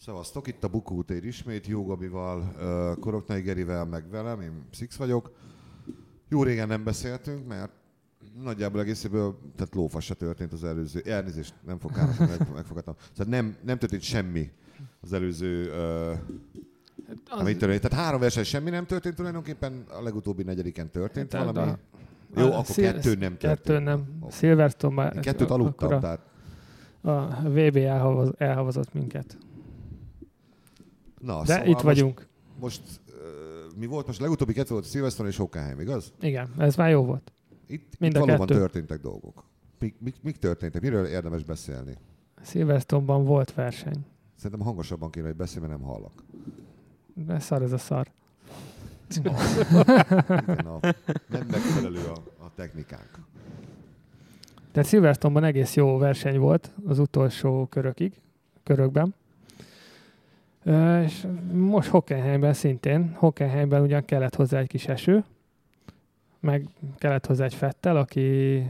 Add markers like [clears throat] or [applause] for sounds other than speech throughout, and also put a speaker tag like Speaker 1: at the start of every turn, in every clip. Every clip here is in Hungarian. Speaker 1: Szevasztok, itt a Bukó tér ismét, Jó Gabival, ö, Koroknai Gerivel, meg velem, én Six vagyok. Jó régen nem beszéltünk, mert nagyjából egészéből, tehát lófa se történt az előző, elnézést, nem fog károsodni, meg, megfogadtam. Tehát nem, nem történt semmi az előző, ö,
Speaker 2: Az,
Speaker 1: ami történt. Tehát három verseny semmi nem történt tulajdonképpen, a legutóbbi negyediken történt
Speaker 2: Hát,
Speaker 1: valami.
Speaker 2: a-
Speaker 1: Jó,
Speaker 2: a
Speaker 1: akkor
Speaker 2: szil-
Speaker 1: kettő nem
Speaker 2: Kettő
Speaker 1: történt.
Speaker 2: nem.
Speaker 1: Oké.
Speaker 2: Silverstone-ban
Speaker 1: Én kettőt
Speaker 2: akkor
Speaker 1: aludtam,
Speaker 2: a-
Speaker 1: tehát
Speaker 2: A VB elhavaz, elhavazott minket.
Speaker 1: na, szóval
Speaker 2: De itt
Speaker 1: most-
Speaker 2: vagyunk.
Speaker 1: Most, ö, mi volt most? Legutóbbi kettő volt Szilveszton és Hockenheim, igaz?
Speaker 2: Igen, ez már jó volt.
Speaker 1: Itt,
Speaker 2: Mind
Speaker 1: itt
Speaker 2: a
Speaker 1: valóban
Speaker 2: kettő.
Speaker 1: történtek dolgok. Mik, mik, mik történtek? Miről érdemes beszélni?
Speaker 2: Silverstone-ban volt verseny.
Speaker 1: Szerintem hangosabban kéne, hogy beszélj, mert nem hallak.
Speaker 2: De szar ez a szar.
Speaker 1: Igen, a, nem megfelelő a, a technikánk.
Speaker 2: Tehát Silverstone-ban egész jó verseny volt az utolsó körökig, körökben. Ö, És most Hockenheimben szintén, Hockenheimben ugyan kellett hozzá egy kis eső, meg kellett hozzá egy Fettel, aki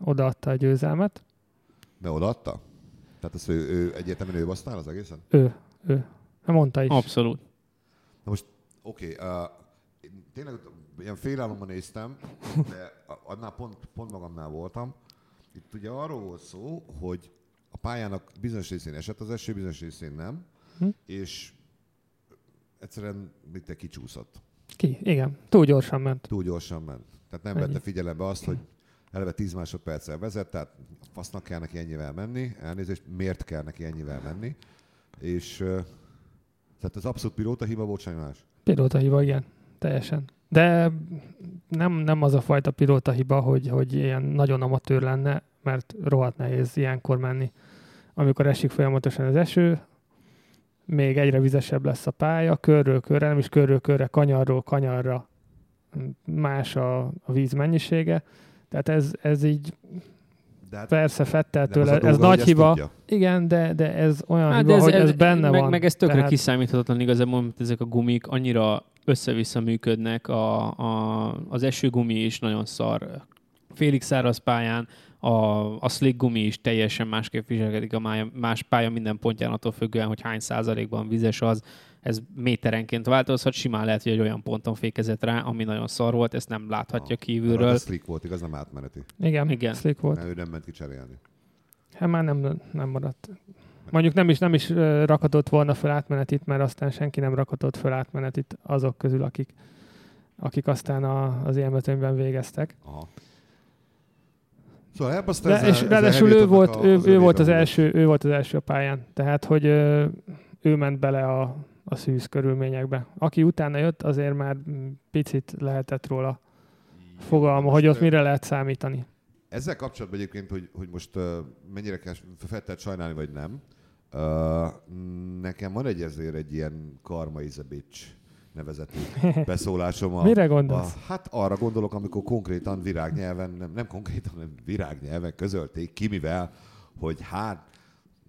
Speaker 2: odaadta a győzelmet.
Speaker 1: De odaadta? Tehát ezt ő, ő egyértelműen ő használ az egészen?
Speaker 2: Ő, ő. Mondta is.
Speaker 3: Abszolút.
Speaker 1: Oké, okay, uh, én tényleg ilyen félálomban néztem, de a- annál pont, pont magamnál voltam. Itt ugye arról volt szó, hogy a pályának bizonyos részén esett az eső, bizonyos részén nem,
Speaker 2: Hm.
Speaker 1: és egyszerűen mit te kicsúszott.
Speaker 2: Ki? Igen. Túl gyorsan ment.
Speaker 1: Túl gyorsan ment. Tehát nem
Speaker 2: Ennyi.
Speaker 1: vette figyelembe azt, hogy eleve 10 másodperccel vezet, tehát a fasznak kell neki ennyivel menni, elnézést, miért kell neki ennyivel menni, és ö, tehát az abszolút pilóta hiba volt semmi más.
Speaker 2: Pilóta hiba, igen. Teljesen. De nem, nem az a fajta pilóta hiba, hogy, hogy ilyen nagyon amatőr lenne, mert rohadt nehéz ilyenkor menni. Amikor esik folyamatosan az eső, még egyre vizesebb lesz a pálya, körről körre, nem is körről körre, kanyarról kanyarra más a, a víz mennyisége. Tehát ez, ez így
Speaker 1: De hát
Speaker 2: persze
Speaker 1: nem az
Speaker 2: Fetteltől,
Speaker 1: a
Speaker 2: ez,
Speaker 1: dolga,
Speaker 2: ez
Speaker 1: hogy
Speaker 2: nagy
Speaker 1: ezt
Speaker 2: hiba.
Speaker 1: tudja.
Speaker 2: Igen, de, de ez olyan
Speaker 3: Hát
Speaker 2: hiba,
Speaker 3: de ez,
Speaker 2: hogy ez, benne
Speaker 3: meg,
Speaker 2: van.
Speaker 3: Meg ez tökre
Speaker 2: Tehát-
Speaker 3: Tehát... kiszámíthatatlan igazából, mert ezek a gumik annyira össze-vissza működnek, a, a, az esőgumi is nagyon szar. Félig száraz pályán a, a slick gumi is teljesen másképp viselkedik a mája, más pálya minden pontján, attól függően, hogy hány százalékban vizes az. Ez méterenként változhat, simán lehet, hogy egy olyan ponton fékezett rá, ami nagyon szar volt, ezt nem láthatja
Speaker 1: Hát
Speaker 3: kívülről.
Speaker 1: a slick volt, igaz, nem átmeneti.
Speaker 2: Igen, igen.
Speaker 3: Igen.
Speaker 2: slick volt.
Speaker 1: Mert ő nem ment kicserélni.
Speaker 2: Hát már nem, nem maradt. Mondjuk nem is, nem is ö, rakhatott volna fel átmenetit, mert aztán senki nem rakhatott fel átmenetit azok közül, akik, akik aztán a, az élmezőnyben végeztek.
Speaker 1: Aha. Szóval elbaszta
Speaker 2: De,
Speaker 1: ezzel,
Speaker 2: és
Speaker 1: ezzel
Speaker 2: ráadásul ő
Speaker 1: Hamiltonnak
Speaker 2: volt,
Speaker 1: a-
Speaker 2: ő, ő, volt az
Speaker 1: önébe
Speaker 2: első, ő volt az első a pályán, tehát hogy ö, ő ment bele a, a szűz körülményekbe. Aki utána jött, azért már mm, picit lehetett róla
Speaker 1: múlott.
Speaker 2: fogalma,
Speaker 1: Most,
Speaker 2: hogy ott
Speaker 1: ö,
Speaker 2: mire lehet számítani.
Speaker 1: Ezzel kapcsolatban egyébként, hogy, hogy most ö, mennyire kell feltett sajnálni, vagy nem, ö, nekem van egy ezért egy ilyen karma is a bitch nevezetű beszólásom. A,
Speaker 2: Mire
Speaker 1: a,
Speaker 2: gondolsz?
Speaker 1: hát arra gondolok, amikor konkrétan virágnyelven, nem, nem konkrétan, hanem virágnyelven közölték ki, mivel, hogy hát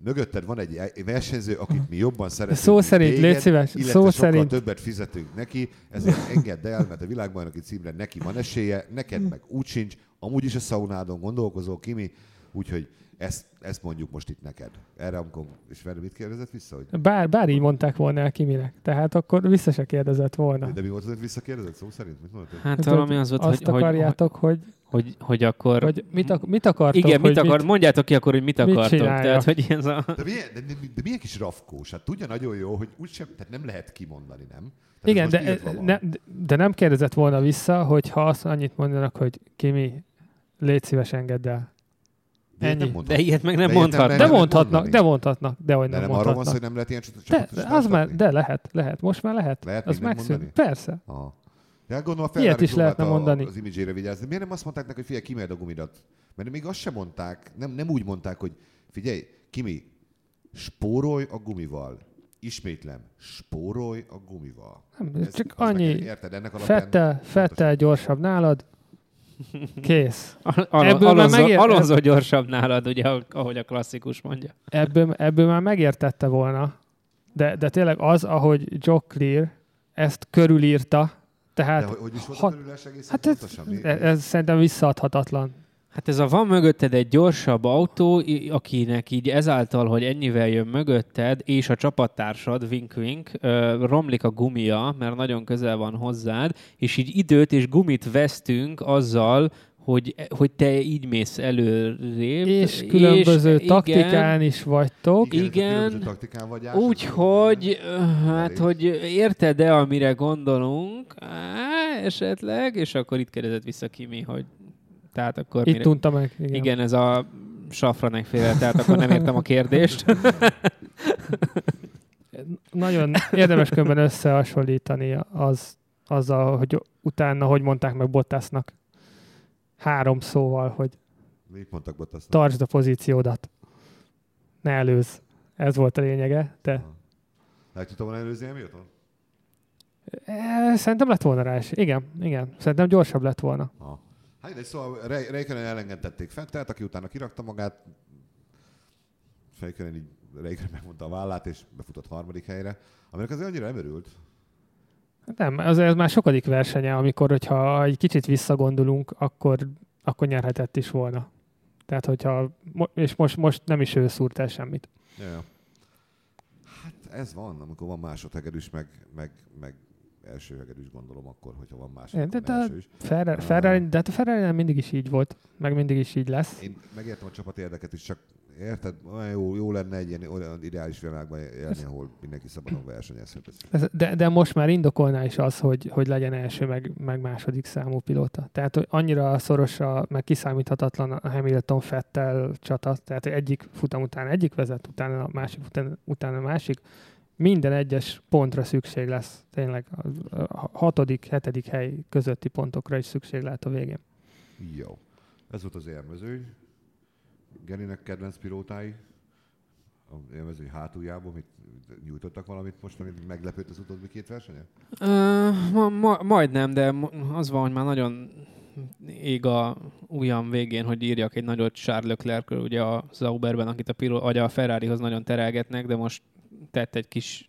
Speaker 1: mögötted van egy e- versenyző, akit mi jobban szeretünk.
Speaker 2: Szó
Speaker 1: mint
Speaker 2: szerint,
Speaker 1: téged,
Speaker 2: légy szíves,
Speaker 1: illetve
Speaker 2: szó
Speaker 1: sokkal
Speaker 2: szerint.
Speaker 1: többet fizetünk neki, ezért engedd el, mert a világbajnoki címre neki van esélye, neked meg úgy sincs, amúgy is a szaunádon gondolkozol, Kimi, úgyhogy ezt, ezt mondjuk most itt neked. Erre amikor, és velem mit kérdezett vissza? Hogy,
Speaker 2: Bár, bár így mondták volna el Kiminek, tehát akkor vissza se kérdezett volna.
Speaker 1: de mi volt az, amit visszakérdezett szó szerint? Mit mondtad?
Speaker 3: Hát
Speaker 2: Tehát
Speaker 3: valami az volt,
Speaker 2: azt
Speaker 3: hogy, hogy,
Speaker 2: akarjátok, hogy,
Speaker 3: hogy, hogy akkor...
Speaker 2: hogy mit, ak- mit akartok?
Speaker 3: Igen,
Speaker 2: hogy
Speaker 3: mit akar, mondjátok ki akkor, hogy mit akartok.
Speaker 2: csinálja?
Speaker 3: Tehát, hogy ez a...
Speaker 1: De milyen, de, de, de milyen kis rafkós? Hát tudja nagyon jó, hogy úgysem, tehát nem lehet kimondani, nem? Tehát
Speaker 2: Igen,
Speaker 1: ez most
Speaker 2: de,
Speaker 1: tiltva van.
Speaker 2: ne, de nem kérdezett volna vissza, hogy ha azt annyit mondanak, hogy Kimi, légy szíves, engedd el.
Speaker 1: De ilyet
Speaker 2: ennyi.
Speaker 1: mondhat.
Speaker 3: De ilyet meg nem
Speaker 1: De ilyet nem
Speaker 3: mondhat.
Speaker 2: De
Speaker 1: lehet
Speaker 2: mondhatnak,
Speaker 1: mondani.
Speaker 2: de mondhatnak, de hogy
Speaker 1: de
Speaker 2: nem,
Speaker 1: nem arról van szó,
Speaker 2: mondhatnak.
Speaker 1: hogy nem lehet ilyen csat-
Speaker 2: De,
Speaker 1: csapatos
Speaker 2: de, az már,
Speaker 1: társadalmi?
Speaker 2: de lehet, lehet. Most már lehet.
Speaker 1: Lehet
Speaker 2: az
Speaker 1: mindent
Speaker 2: megszűn.
Speaker 1: mondani?
Speaker 2: Persze.
Speaker 1: Aha. De hát gondolom a
Speaker 2: Ilyet
Speaker 1: Ferrari
Speaker 2: is lehetne
Speaker 1: próbálta a-
Speaker 2: mondani.
Speaker 1: az imidzsére vigyázni. Miért nem azt mondták neki, hogy figyelj, kimered a gumidat? Mert még azt sem mondták, nem, nem úgy mondták, hogy figyelj, Kimi, spórolj a gumival. Ismétlem, spórolj a gumival.
Speaker 2: Nem,
Speaker 1: Ez-
Speaker 2: csak
Speaker 1: ez meg-
Speaker 2: annyi.
Speaker 1: Érted, ennek alapján...
Speaker 2: Fettel, fettel gyorsabb nálad. Kész.
Speaker 3: Al-
Speaker 2: Ebből már
Speaker 3: Alonso,
Speaker 2: megér-
Speaker 3: Alonso gyorsabb nálad, ugye, ahogy a klasszikus mondja.
Speaker 2: Ebből, ebből már megértette volna. De, de tényleg az, ahogy Joe Clear ezt körülírta, tehát
Speaker 1: De hogy, hogy is volt
Speaker 2: hat-
Speaker 1: a körülés egészen
Speaker 2: Hát ez,
Speaker 1: pontosan? Mi-
Speaker 2: ez, ez szerintem visszaadhatatlan.
Speaker 3: Hát ez a van mögötted egy gyorsabb autó, i- akinek így ezáltal, hogy ennyivel jön mögötted, és a csapattársad, vink-vink, ö, romlik a gumia, mert nagyon közel van hozzád, és így időt és gumit vesztünk azzal, hogy, hogy te így mész előrébb.
Speaker 2: És különböző
Speaker 3: igen,
Speaker 2: taktikán is vagytok.
Speaker 3: Igen.
Speaker 1: különböző taktikán vagy ásás.
Speaker 3: Úgyhogy, hát,
Speaker 1: Elég.
Speaker 3: hogy érted-e, amire gondolunk, Á, esetleg, és akkor itt kérdezett vissza Kimi, hogy tehát akkor
Speaker 2: Itt
Speaker 3: mire...
Speaker 2: unta meg. Igen.
Speaker 3: Igen, ez a safranek féle, tehát akkor nem értem a kérdést.
Speaker 2: Nagyon érdemes különben összehasonlítani az, azzal, hogy utána, hogy mondták meg Bottasnak három szóval, hogy
Speaker 1: Mit mondtak Bottasnak?
Speaker 2: tartsd a pozíciódat. Ne előz. Ez volt a lényege, de
Speaker 1: Aha. Meg tudtam volna előzni Hamilton?
Speaker 2: e, szerintem lett volna rá is. Igen, igen. Szerintem gyorsabb lett volna.
Speaker 1: Aha. Hát mindegy, szóval Re- Reikkonen elengedtették Fettelt, aki utána kirakta magát. Reikkonen így Reikkonen megmondta a vállát, és befutott harmadik helyre. Aminek azért annyira nem örült.
Speaker 2: Nem, az, ez már sokadik versenye, amikor, hogyha egy kicsit visszagondolunk, akkor, akkor nyerhetett is volna. Tehát, hogyha, mo- és most, most nem is ő szúrt el semmit.
Speaker 1: Ja, ja. Hát ez van, amikor van másodhegerűs, meg, meg, meg elsőhegerűs gondolom akkor, hogyha van
Speaker 2: Én,
Speaker 1: második,
Speaker 2: de,
Speaker 1: akkor
Speaker 2: de,
Speaker 1: első is.
Speaker 2: Ferrari, Ferrari, de hát a Ferrari mindig is így volt, meg mindig is így lesz.
Speaker 1: Én megértem a csapat érdeket is, csak érted, olyan jó, jó lenne egy ilyen olyan ideális világban élni, ahol mindenki szabadon versenyezhet. Ez-
Speaker 2: Ez- De, de most már indokolná is az, hogy, hogy legyen első, meg, meg második számú pilóta. Tehát hogy annyira szoros, a, meg kiszámíthatatlan a Hamilton-Fettel csata, tehát egyik futam után egyik vezet, utána a másik, utána, utána a másik. Minden egyes pontra szükség lesz, tényleg a, a hatodik, hetedik hely közötti pontokra is szükség lehet a végén.
Speaker 1: Jó. Ez volt az élmezőny. Gerinek kedvenc pilótái. A élmezőny hátuljából mit nyújtottak valamit most, amit meglepőt az utóbbi két versenyen?
Speaker 3: Ö, ma, ma, majdnem, de mo- az van, hogy már nagyon ég a ujjam végén, hogy írjak egy nagyot Charles Leclercről, ugye a Zauberben, akit a, Piro, vagy a Ferrarihoz nagyon terelgetnek, de most tett egy kis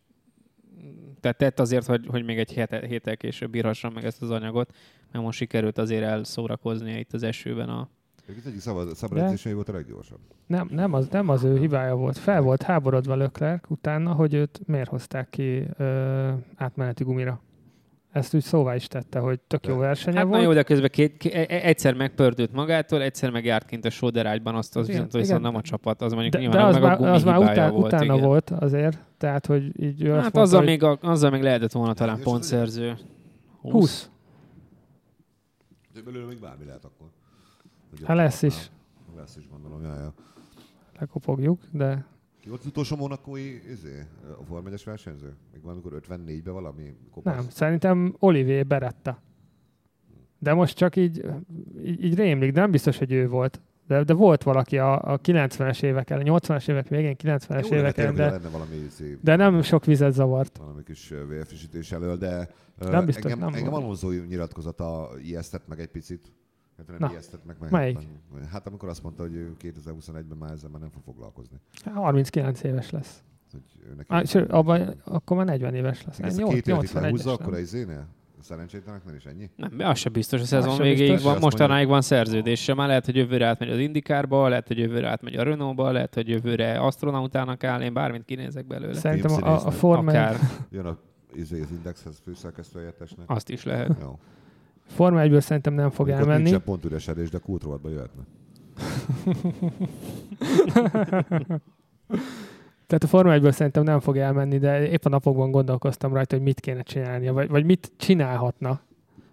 Speaker 3: tehát tett azért, hogy, hogy még egy hete, héttel később írhassam meg ezt az anyagot, mert most sikerült azért elszórakoznia itt az esőben a...
Speaker 1: Ők az egyik szabad, szabad edzései volt a leggyorsabb.
Speaker 2: Nem, nem, az, nem az ő hibája volt. Fel volt háborodva Leclerc utána, hogy őt miért hozták ki ö, átmeneti gumira. Ezt úgy szóvá is tette, hogy tök jó versenye
Speaker 3: Hát na
Speaker 2: volt.
Speaker 3: jó, de közben két, k- e- egyszer megpördült magától, egyszer meg járt kint a sóderágyban, azt az
Speaker 2: Igen,
Speaker 3: viszont, viszont
Speaker 2: igen.
Speaker 3: nem a csapat, az mondjuk
Speaker 2: de,
Speaker 3: nyilván
Speaker 2: de az,
Speaker 3: meg a
Speaker 2: már,
Speaker 3: gumi
Speaker 2: az már
Speaker 3: hibája
Speaker 2: után,
Speaker 3: volt.
Speaker 2: utána
Speaker 3: igen.
Speaker 2: volt azért, tehát hogy így ő azt
Speaker 3: Hát
Speaker 2: mondta,
Speaker 3: azzal,
Speaker 2: hogy
Speaker 3: még, a- azzal még lehetett volna talán
Speaker 1: Hányos az
Speaker 3: pontszerző.
Speaker 2: 20.
Speaker 1: De belőle még bármi lehet akkor. Hogy
Speaker 2: Hát lesz is,
Speaker 1: Lesz is gondolom, jaj, jaj.
Speaker 2: lekopogjuk, de
Speaker 1: Ki volt az utolsó monakói izé, a Form 1-es versenyző? Még valamikor 54-ben valami kopasz.
Speaker 2: nem. Szerintem Olivier Beretta. De most csak így, így, így rémlik, de nem biztos, hogy ő volt. De, de volt valaki a, a 90-es évek ellen, 80-as évek végén, 90-es
Speaker 1: Jó lenne
Speaker 2: évek ellen,
Speaker 1: tényleg,
Speaker 2: de,
Speaker 1: hogyha lenne valami izé,
Speaker 2: de nem sok vizet zavart.
Speaker 1: valami kis ö, vérfrissítés elől, de ö,
Speaker 2: Nem biztos,
Speaker 1: engem,
Speaker 2: nem
Speaker 1: engem
Speaker 2: volt.
Speaker 1: Alonso nyilatkozata ijesztett meg egy picit. Hát nem
Speaker 2: Na,
Speaker 1: ijesztett meg, meg.
Speaker 2: melyik?
Speaker 1: Hát amikor azt mondta, hogy ő 2021-ben már ezzel már nem fog foglalkozni.
Speaker 2: 39 éves lesz.
Speaker 1: Hogy ő neki
Speaker 2: Á, sőt, abban, akkor már 40 éves lesz.
Speaker 1: Még ezt a
Speaker 2: Nyolc-
Speaker 1: két évet itt
Speaker 2: 81-es,
Speaker 1: lehúzza,
Speaker 2: nem?
Speaker 1: akkor a izénél? A Szerencsétleneknél is ennyi?
Speaker 3: Nem, az se biztos, a szezon
Speaker 2: se
Speaker 3: végéig
Speaker 2: biztos.
Speaker 3: van,
Speaker 1: Azt
Speaker 3: mostanáig van szerződése. Már lehet, hogy jövőre átmegy az Indikárba, lehet, hogy jövőre átmegy a Renaultba, lehet, hogy jövőre astronautának áll, én bármit kinézek belőle.
Speaker 2: Szerintem a, a
Speaker 1: Filmszínésznek.
Speaker 2: Forma,
Speaker 3: Akár
Speaker 1: Jön a, izé, az indexhez főszerkesztő helyettesnek.
Speaker 3: azt is lehet.
Speaker 1: Jó.
Speaker 2: Forma 1-ből szerintem nem Ah, fog
Speaker 1: Mondjuk ott
Speaker 2: elmenni.
Speaker 1: Nincsen pont üresedés, de kultrovatba jöhetne.
Speaker 2: Tehát a Forma 1-ből szerintem nem fog elmenni, de épp a napokban gondolkoztam rajta, hogy mit kéne csinálnia, vagy, vagy mit csinálhatna,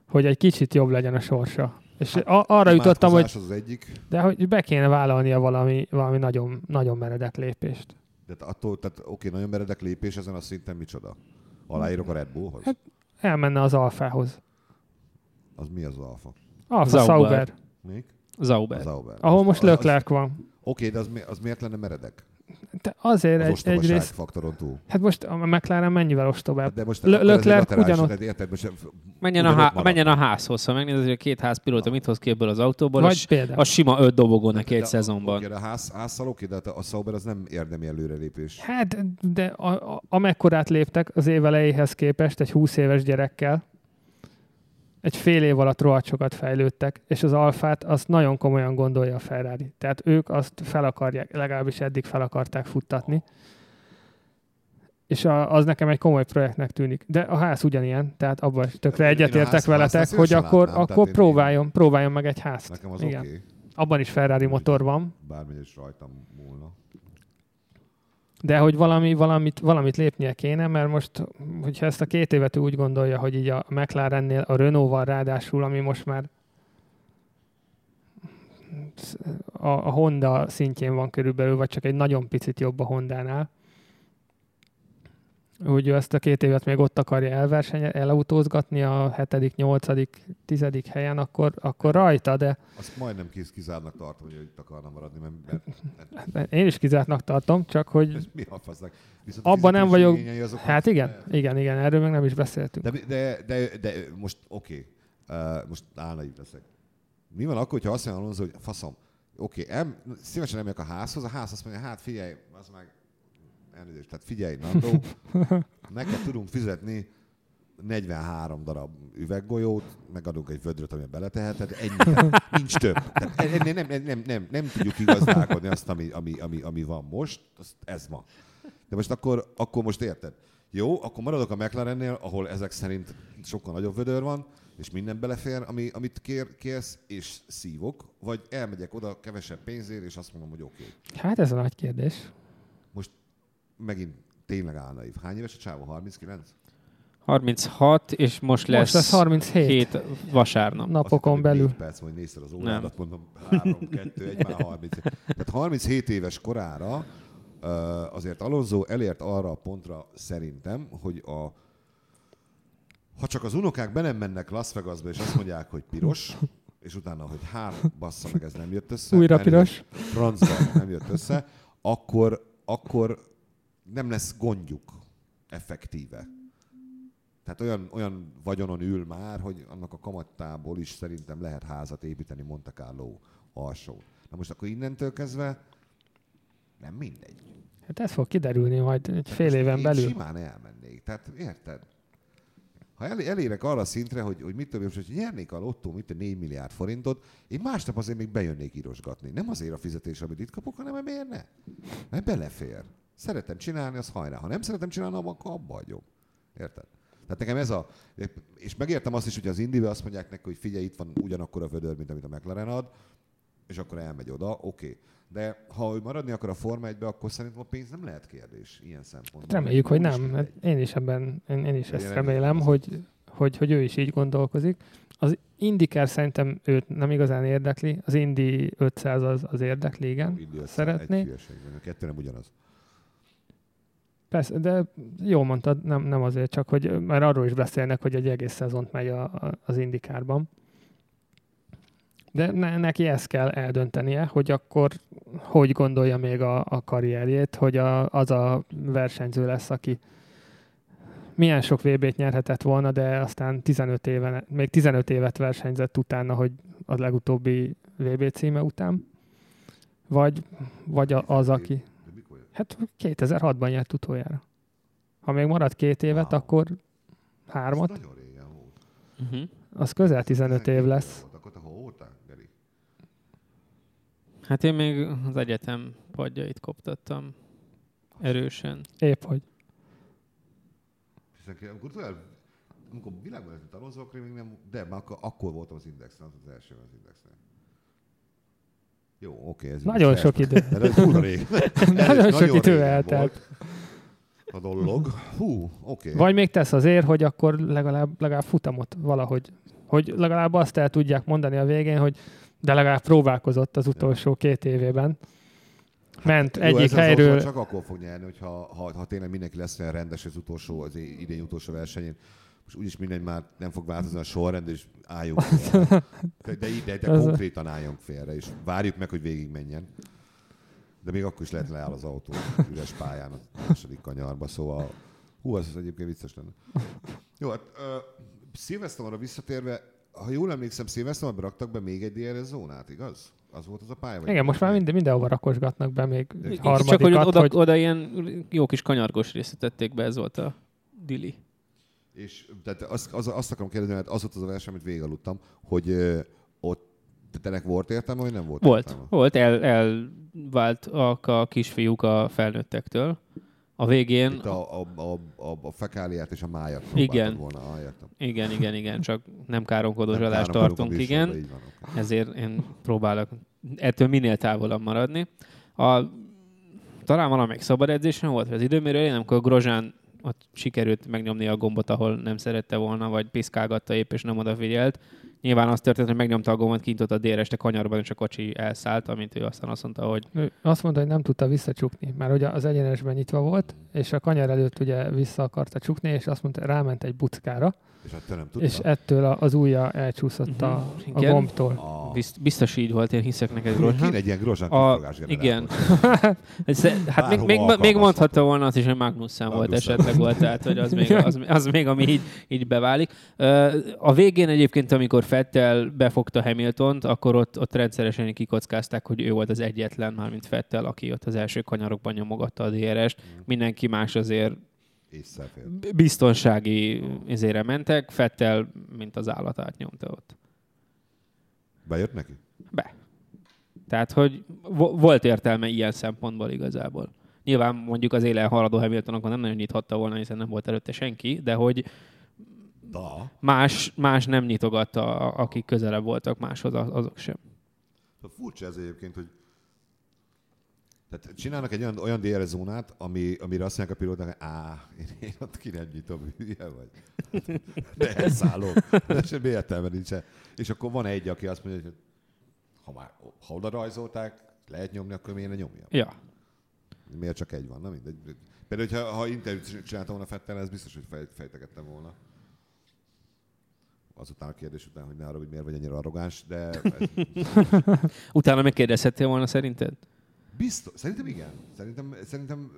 Speaker 2: hogy egy kicsit jobb legyen a sorsa. És a, arra jutottam,
Speaker 1: Hát, Imádkozás
Speaker 2: hogy,
Speaker 1: Az, az egyik,
Speaker 2: de hogy be kéne vállalnia valami, valami nagyon, nagyon meredek lépést.
Speaker 1: de te attól, tehát oké, nagyon meredek lépés ezen a szinten micsoda? Aláírok a Red Bullhoz?
Speaker 2: Hát- Elmenne az Alfához.
Speaker 1: Az mi az alfa?
Speaker 2: Alfa
Speaker 3: Zauber.
Speaker 2: Sauber,
Speaker 1: Még?
Speaker 3: Zauber.
Speaker 1: Az Auber.
Speaker 2: ahol most
Speaker 1: Az- az-
Speaker 2: Leclerc van.
Speaker 1: Oké, de az, mi, az miért lenne meredek?
Speaker 2: Te azért
Speaker 1: Az
Speaker 2: egy,
Speaker 1: ostobaság
Speaker 2: egyrészt,
Speaker 1: faktoron túl.
Speaker 2: hát most a McLaren mennyivel ostobább?
Speaker 1: Hát De most
Speaker 2: Le-
Speaker 1: akkor ez egy
Speaker 2: Leclerc
Speaker 1: laterális,
Speaker 2: ugyanott-
Speaker 1: tehát érted, most
Speaker 3: Menjen, a
Speaker 1: Ugyanott
Speaker 3: há-
Speaker 1: marad.
Speaker 3: menjen a házhoz, ha megnézed, hogy a két ház pilóta mit hoz ki ebből az autóból,
Speaker 2: Vagy
Speaker 3: az,
Speaker 2: például.
Speaker 3: az sima öt dobogó neki egy
Speaker 1: de-
Speaker 3: szezonban.
Speaker 1: Oké, de a ház, házszal oké, de hát a Sauber az nem érdemi előrelépés.
Speaker 2: Hát, de a, a, amekkorát léptek az év elejéhez képest egy 20 éves gyerekkel, egy fél év alatt rohadt sokat fejlődtek, és az alfát azt nagyon komolyan gondolja a Ferrari. Tehát ők azt fel akarják, legalábbis eddig fel akarták futtatni. És a, az nekem egy komoly projektnek tűnik. De a ház ugyanilyen, tehát abban is tökre
Speaker 1: Én a
Speaker 2: egyetértek
Speaker 1: ház-
Speaker 2: veletek,
Speaker 1: házat
Speaker 2: hogy
Speaker 1: szívesen
Speaker 2: akkor,
Speaker 1: látnám, tehát
Speaker 2: akkor
Speaker 1: én-
Speaker 2: próbáljon, próbáljon meg egy házt.
Speaker 1: Nekem az oké.
Speaker 2: Igen.
Speaker 1: Okay.
Speaker 2: Abban is Ferrari motor van,
Speaker 1: Bármi is rajtam múlna.
Speaker 2: De hogy valami, valamit, valamit lépnie kéne, mert most, hogyha ezt a két évet ő úgy gondolja, hogy így a McLarennél a Renault-val ráadásul, ami most már a, a Honda szintjén van körülbelül, vagy csak egy nagyon picit jobb a Hondánál, hogy ő ezt a két évet még ott akarja elverseny, elautózgatni a hetedik, nyolcadik, tizedik helyen, akkor, akkor rajta, de
Speaker 1: Azt majdnem kész kizárnak tartom, hogy itt akarna maradni, mert, mert, mert
Speaker 2: én is kizártnak tartom, csak hogy
Speaker 1: ez [laughs] mi a fasznak. Viszont
Speaker 2: Mhm. Abban nem vagyok-
Speaker 1: fizetési azok
Speaker 2: hát igen, igen, igen, erről meg nem is beszéltünk.
Speaker 1: De, de, de, de most oké, okay. uh, most álnaív leszek. Mi van akkor, ha azt mondja Alonso, hogy faszom, oké, okay, em, szívesen elmegyek a házhoz, a ház azt mondja, hát figyelj, az meg elnézést, tehát figyelj, Nando, neked tudunk fizetni 43 darab üveggolyót, megadunk egy vödröt, amiben beleteheted, ennyi, tehát nincs több. Tehát ennél nem, nem, nem, nem, nem tudjuk igazdálkodni azt, ami, ami, ami, ami van most, azt, ez van. De most akkor, akkor most érted. Jó, akkor maradok a McLarennél, ahol ezek szerint sokkal nagyobb vödör van, és minden belefér, ami, amit kér, kérsz, és szívok, vagy elmegyek oda kevesebb pénzért, és azt mondom, hogy oké. Okay.
Speaker 2: Hát ez a nagy kérdés.
Speaker 1: Most megint tényleg álnaív. Hány éves a csávó? 39?
Speaker 3: 36, és most lesz,
Speaker 2: Most lesz 37
Speaker 3: hét vasárnap. Na.
Speaker 1: Azt
Speaker 2: napokon
Speaker 1: hittem, hogy
Speaker 2: belül.
Speaker 1: Négy perc, hogy nézted az órádat, mondom, 3, 2, 1, már 30. Tehát 37 éves korára ö, azért Alonso elért arra a pontra szerintem, hogy a ha csak az unokák be nem mennek Las Vegasba, és azt mondják, hogy piros, és utána, hogy hár, bassza meg, ez nem jött össze.
Speaker 2: Újra
Speaker 1: elnézést, Francba nem jött össze. Akkor, akkor nem lesz gondjuk effektíve. Tehát olyan, olyan vagyonon ül már, hogy annak a kamattából is szerintem lehet házat építeni Monte Carlo alsó. Na most akkor innentől kezdve nem mindegy.
Speaker 2: Hát ez fog kiderülni majd egy fél
Speaker 1: Most
Speaker 2: éven
Speaker 1: én
Speaker 2: belül.
Speaker 1: simán elmennék. Tehát érted? Ha el, elérek arra a szintre, hogy, hogy mit tudom, én, most, hogy nyernék a lottó, mint a 4 milliárd forintot, én másnap azért még bejönnék írosgatni. Nem azért a fizetés, amit itt kapok, hanem mert miért ne? Mert belefér. Szeretem csinálni, az hajrá. Ha nem szeretem csinálni, akkor abba hagyom. Érted? Tehát nekem ez a... És megértem azt is, hogy az Indibe azt mondják neki, hogy figyelj, itt van ugyanakkor a vödör, mint amit a McLaren ad, és akkor elmegy oda, oké. De ha ő maradni akar a Forma 1 akkor szerintem a pénz nem lehet kérdés ilyen szempontból.
Speaker 2: Hát Reméljük, hogy
Speaker 1: Most
Speaker 2: nem.
Speaker 1: mindegy.
Speaker 2: Hát én is ebben, én, én is
Speaker 1: Legyen
Speaker 2: ezt
Speaker 1: ennyi.
Speaker 2: remélem, hogy, hogy, hogy ő is így gondolkozik. Az Indikár szerintem őt nem igazán érdekli. Az Indi 500 az, az érdekli, igen.
Speaker 1: Indiai össze-
Speaker 2: szeretné.
Speaker 1: Egy hülyeség van, a kettő nem ugyanaz.
Speaker 2: Persze, de jól mondtad, nem, nem azért, csak hogy már arról is beszélnek, hogy egy egész szezont megy a, a, az Indikárban. De ne, neki ezt kell eldöntenie, hogy akkor hogy gondolja még a, a karrierjét, hogy a, az a versenyző lesz, aki milyen sok VB-t nyerhetett volna, de aztán 15 éven, még 15 évet versenyzett utána, hogy a legutóbbi VB címe után, vagy, vagy a, az, aki...
Speaker 1: De mikor?
Speaker 2: Hát 2006-ban nyert utoljára. Ha még marad két évet,
Speaker 1: Wow.
Speaker 2: akkor
Speaker 1: Ez
Speaker 2: hármat,
Speaker 1: Nagyon régen volt.
Speaker 2: Mhm.
Speaker 3: Uh-huh.
Speaker 2: az közel 15 év
Speaker 1: 12
Speaker 2: lesz.
Speaker 1: Volt, akkor te hol voltál, Geri?
Speaker 3: Hát én még az egyetem padjait koptattam erősen.
Speaker 2: Épp hogy.
Speaker 1: Hiszen ki- amikor tudod, amikor világban lehetett tanulzó, akkor én még nem, de már akkor, akkor voltam az indexen, az, az első az indexen. Jó, oké. Ez
Speaker 2: Nagyon sok
Speaker 1: [laughs]
Speaker 2: idő.
Speaker 1: De ez kurva rég.
Speaker 2: [laughs] Nagyon sok idő
Speaker 1: régen
Speaker 2: eltelt.
Speaker 1: volt A dolog. Hú, oké.
Speaker 2: Vagy még tesz azért, hogy akkor legalább, legalább futamot valahogy. Hogy legalább azt el tudják mondani a végén, hogy de legalább próbálkozott az utolsó két évében. Ment
Speaker 1: Hát Jó, ez
Speaker 2: egyik
Speaker 1: az hát
Speaker 2: helyről.
Speaker 1: otthon Csak akkor fog nyerni, hogyha, ha, ha tényleg mindenki lesz olyan rendes az utolsó, az i- idén utolsó versenyén. Most úgyis mindegy, már nem fog változni a sorrend, és álljunk
Speaker 2: [laughs]
Speaker 1: félre. De, de, ide, de
Speaker 2: Az-
Speaker 1: konkrétan álljunk félre, és várjuk meg, hogy végig menjen. De még akkor is lehet leáll az autó üres pályán a második kanyarba, szóval hú, az egyébként vicces lenne. Jó, hát ö, Szilveszteromra visszatérve, ha jól emlékszem, Szilveszteromra raktak be még egy DRS zónát, igaz? Az volt az a pálya? vagy-
Speaker 2: Igen, most már minden, mindenhova rakosgatnak be még
Speaker 1: Igen, csak
Speaker 2: harmadikat,
Speaker 3: Csak hogy oda,
Speaker 2: hogy
Speaker 3: oda ilyen jó kis kanyargos részt tették be, ez volt a dili.
Speaker 1: És tehát azt, az, azt akarom kérdezni, mert az volt az a verseny, amit végigaludtam, hogy ö, ott tehát ennek volt értelme, vagy nem volt,
Speaker 3: Volt,
Speaker 1: értelme?
Speaker 3: volt, el, elváltak a kisfiúk a felnőttektől. A végén...
Speaker 1: Itt a, a, a, a, a fekáliát és a májat
Speaker 3: Igen.
Speaker 1: próbáltad volna. Ah, értem.
Speaker 3: Igen, igen, igen, csak nem káronkodós
Speaker 1: Nem
Speaker 3: adást
Speaker 1: káromkodunk a
Speaker 3: tartunk,
Speaker 1: műsorba,
Speaker 3: igen.
Speaker 1: Így van, oké.
Speaker 3: Ezért én próbálok ettől minél távolabb maradni. A, talán valamelyik szabad edzésen volt, vagy az időmérő elején, amikor Grozsán ott sikerült megnyomni a gombot, ahol nem szerette volna, vagy piszkálgatta épp, és nem odafigyelt. Nyilván az történt, hogy megnyomta a gombot, kintott a DRS-t a kanyarban, és a kocsi elszállt, amint ő aztán azt mondta, hogy
Speaker 2: Ő azt mondta, hogy nem tudta visszacsukni, mert ugye az egyenesben nyitva volt, és a kanyar előtt ugye vissza akarta csukni, és azt mondta, ráment egy buckára,
Speaker 1: És hát te nem
Speaker 2: Tudta. és
Speaker 1: tudtad?
Speaker 2: ettől a- az ujja elcsúszott a,
Speaker 3: Mhm,
Speaker 2: a
Speaker 3: igen.
Speaker 2: gombtól.
Speaker 1: A...
Speaker 3: bizt- biztos így volt, én hiszek neked,
Speaker 1: Kéne
Speaker 3: Grozsán.
Speaker 1: Ah. egy ilyen grozsán
Speaker 3: A-
Speaker 1: kifogás
Speaker 3: igen. [laughs] Ez- hát
Speaker 1: Bárhova
Speaker 3: még, még, még
Speaker 1: alkalmazható.
Speaker 3: mondhatta volna azt is, hogy Magnussen volt
Speaker 1: Magnussen.
Speaker 3: esetleg volt, tehát hogy az még, az, az még ami így, így beválik. Ö, A végén egyébként, amikor Fettel befogta Hamiltont, akkor ott, ott rendszeresen kikockázták, hogy ő volt az egyetlen, mármint Fettel, aki ott az első kanyarokban nyomogatta a DRS-t. Mindenki más azért
Speaker 1: Észrefér.
Speaker 3: b- biztonsági izére mentek, Fettel, mint az állatát nyomta ott.
Speaker 1: Bejött neki?
Speaker 3: Be. Tehát, hogy vo- volt értelme ilyen szempontból igazából. Nyilván mondjuk az élen haladó Hamilton akkor nem nagyon nyithatta volna, hiszen nem volt előtte senki, de hogy
Speaker 1: Da.
Speaker 3: más, más nem nyitogatta, a- akik közelebb voltak máshoz, az- azok sem.
Speaker 1: Hát Furcsa ez egyébként, hogy tehát csinálnak egy olyan, olyan DR zónát, ami, amire azt mondják a pilóták, hogy á, én, én ott ki nem nyitom, hülye vagy. Hát, De elszállok. De semmi értelme nincsen. És akkor van egy, aki azt mondja, hogy ha már ha oda rajzolták, lehet nyomni, akkor miért ne nyomjam?
Speaker 3: Ja.
Speaker 1: Miért csak egy van? Na mindegy. Például, hogyha, ha interjút csináltam volna Fettel, ez biztos, hogy fej, fejtegettem volna. Azután a kérdés után, hogy ne arra, hogy miért vagy annyira arrogáns, de ez
Speaker 3: Utána megkérdezhettél volna szerinted?
Speaker 1: biztos, szerintem igen. Szerintem, szerintem